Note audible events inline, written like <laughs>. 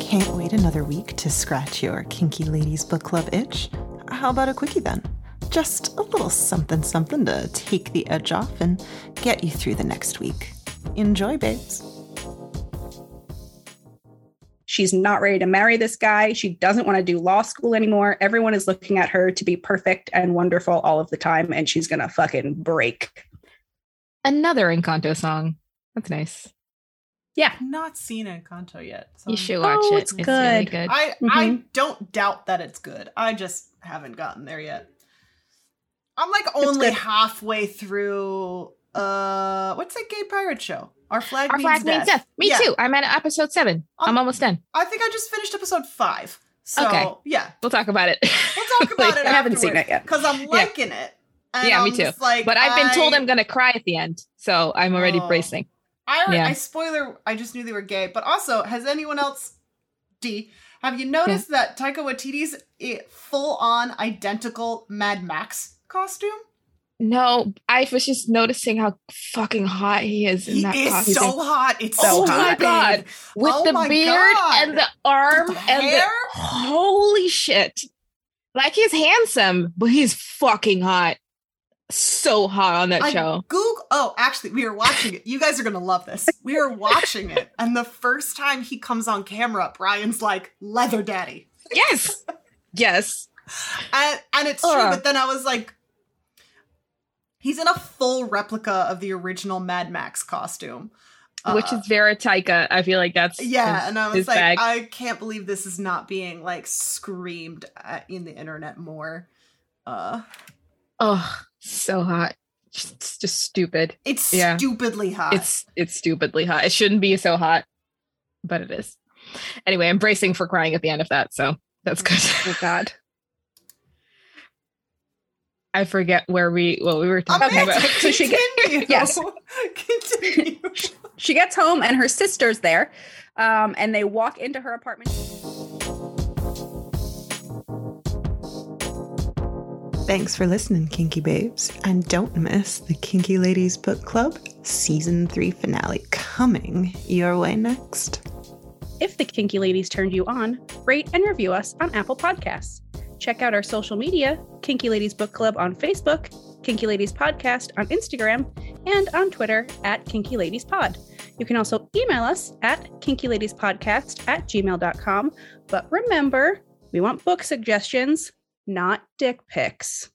Can't wait another week to scratch your Kinky Ladies Book Club itch? How about a quickie then? Just a little something something to take the edge off and get you through the next week. Enjoy, babes. She's not ready to marry this guy. She doesn't want to do law school anymore. Everyone is looking at her to be perfect and wonderful all of the time, and she's going to fucking break. Another Encanto song. That's nice. Yeah. Not seen Encanto yet. so You I'm- should Mm-hmm. watch Oh, it. it's It's, really good. good. I I don't doubt that it's good. I just haven't gotten there yet. I'm like only good. halfway through. Uh, what's that gay pirate show? Our flag, Our means, flag death. means death. Me Yeah. too. I'm at episode seven. Um, I'm almost done. I think I just finished episode five. So Okay. yeah, We'll talk about it. we'll <laughs> talk about it. I haven't seen it yet. because I'm liking it. And Yeah, me I'm too. just Like, but I've been told I- I'm going to cry at the end. So I'm already Oh. bracing. I, Yeah. I spoiler. I just knew they were gay. But also, has anyone else? D. Have you noticed that Taika Waititi's full on identical Mad Max costume? No, I was just noticing how fucking hot he is in He that is costume. so hot. It's Oh so my hot. God. babe. With Oh the my beard God. and the arm With the and the hair? holy shit. Like he's handsome, but he's fucking hot. So hot on that I <laughs> show. Google. Oh, actually, we were watching it. You guys are gonna love this. We were watching it, and the first time he comes on camera, Brian's like leather daddy, Yes. Yes. and and it's true. Ugh. But then I was like, he's in a full replica of the original Mad Max costume, Uh, Which is Vera Taika. I feel like that's yeah. his- and I his was like, bag. I can't believe this is not being like screamed at, in the internet more. Uh, oh, so hot. It's just stupid. it's Yeah. stupidly hot. It's it's stupidly hot. It shouldn't be so hot, but it is. Anyway, I'm bracing for crying at the end of that, so that's good. Mm. <laughs> Oh, God. I forget where we what we were talking Okay, about. <laughs> so she get- Continue. Yes. <laughs> Continue. She gets home, and her sister's there, um, and they walk into her apartment. Thanks for listening, Kinky Babes. And don't miss the Kinky Ladies Book Club Season 3 finale coming your way next. If the Kinky Ladies turned you on, rate and review us on Apple Podcasts. Check out our social media, Kinky Ladies Book Club on Facebook, Kinky Ladies Podcast on Instagram, and on Twitter at Kinky Ladies Pod. You can also email us at kinkyladiespodcast at gmail.com. But remember, we want book suggestions, not dick pics.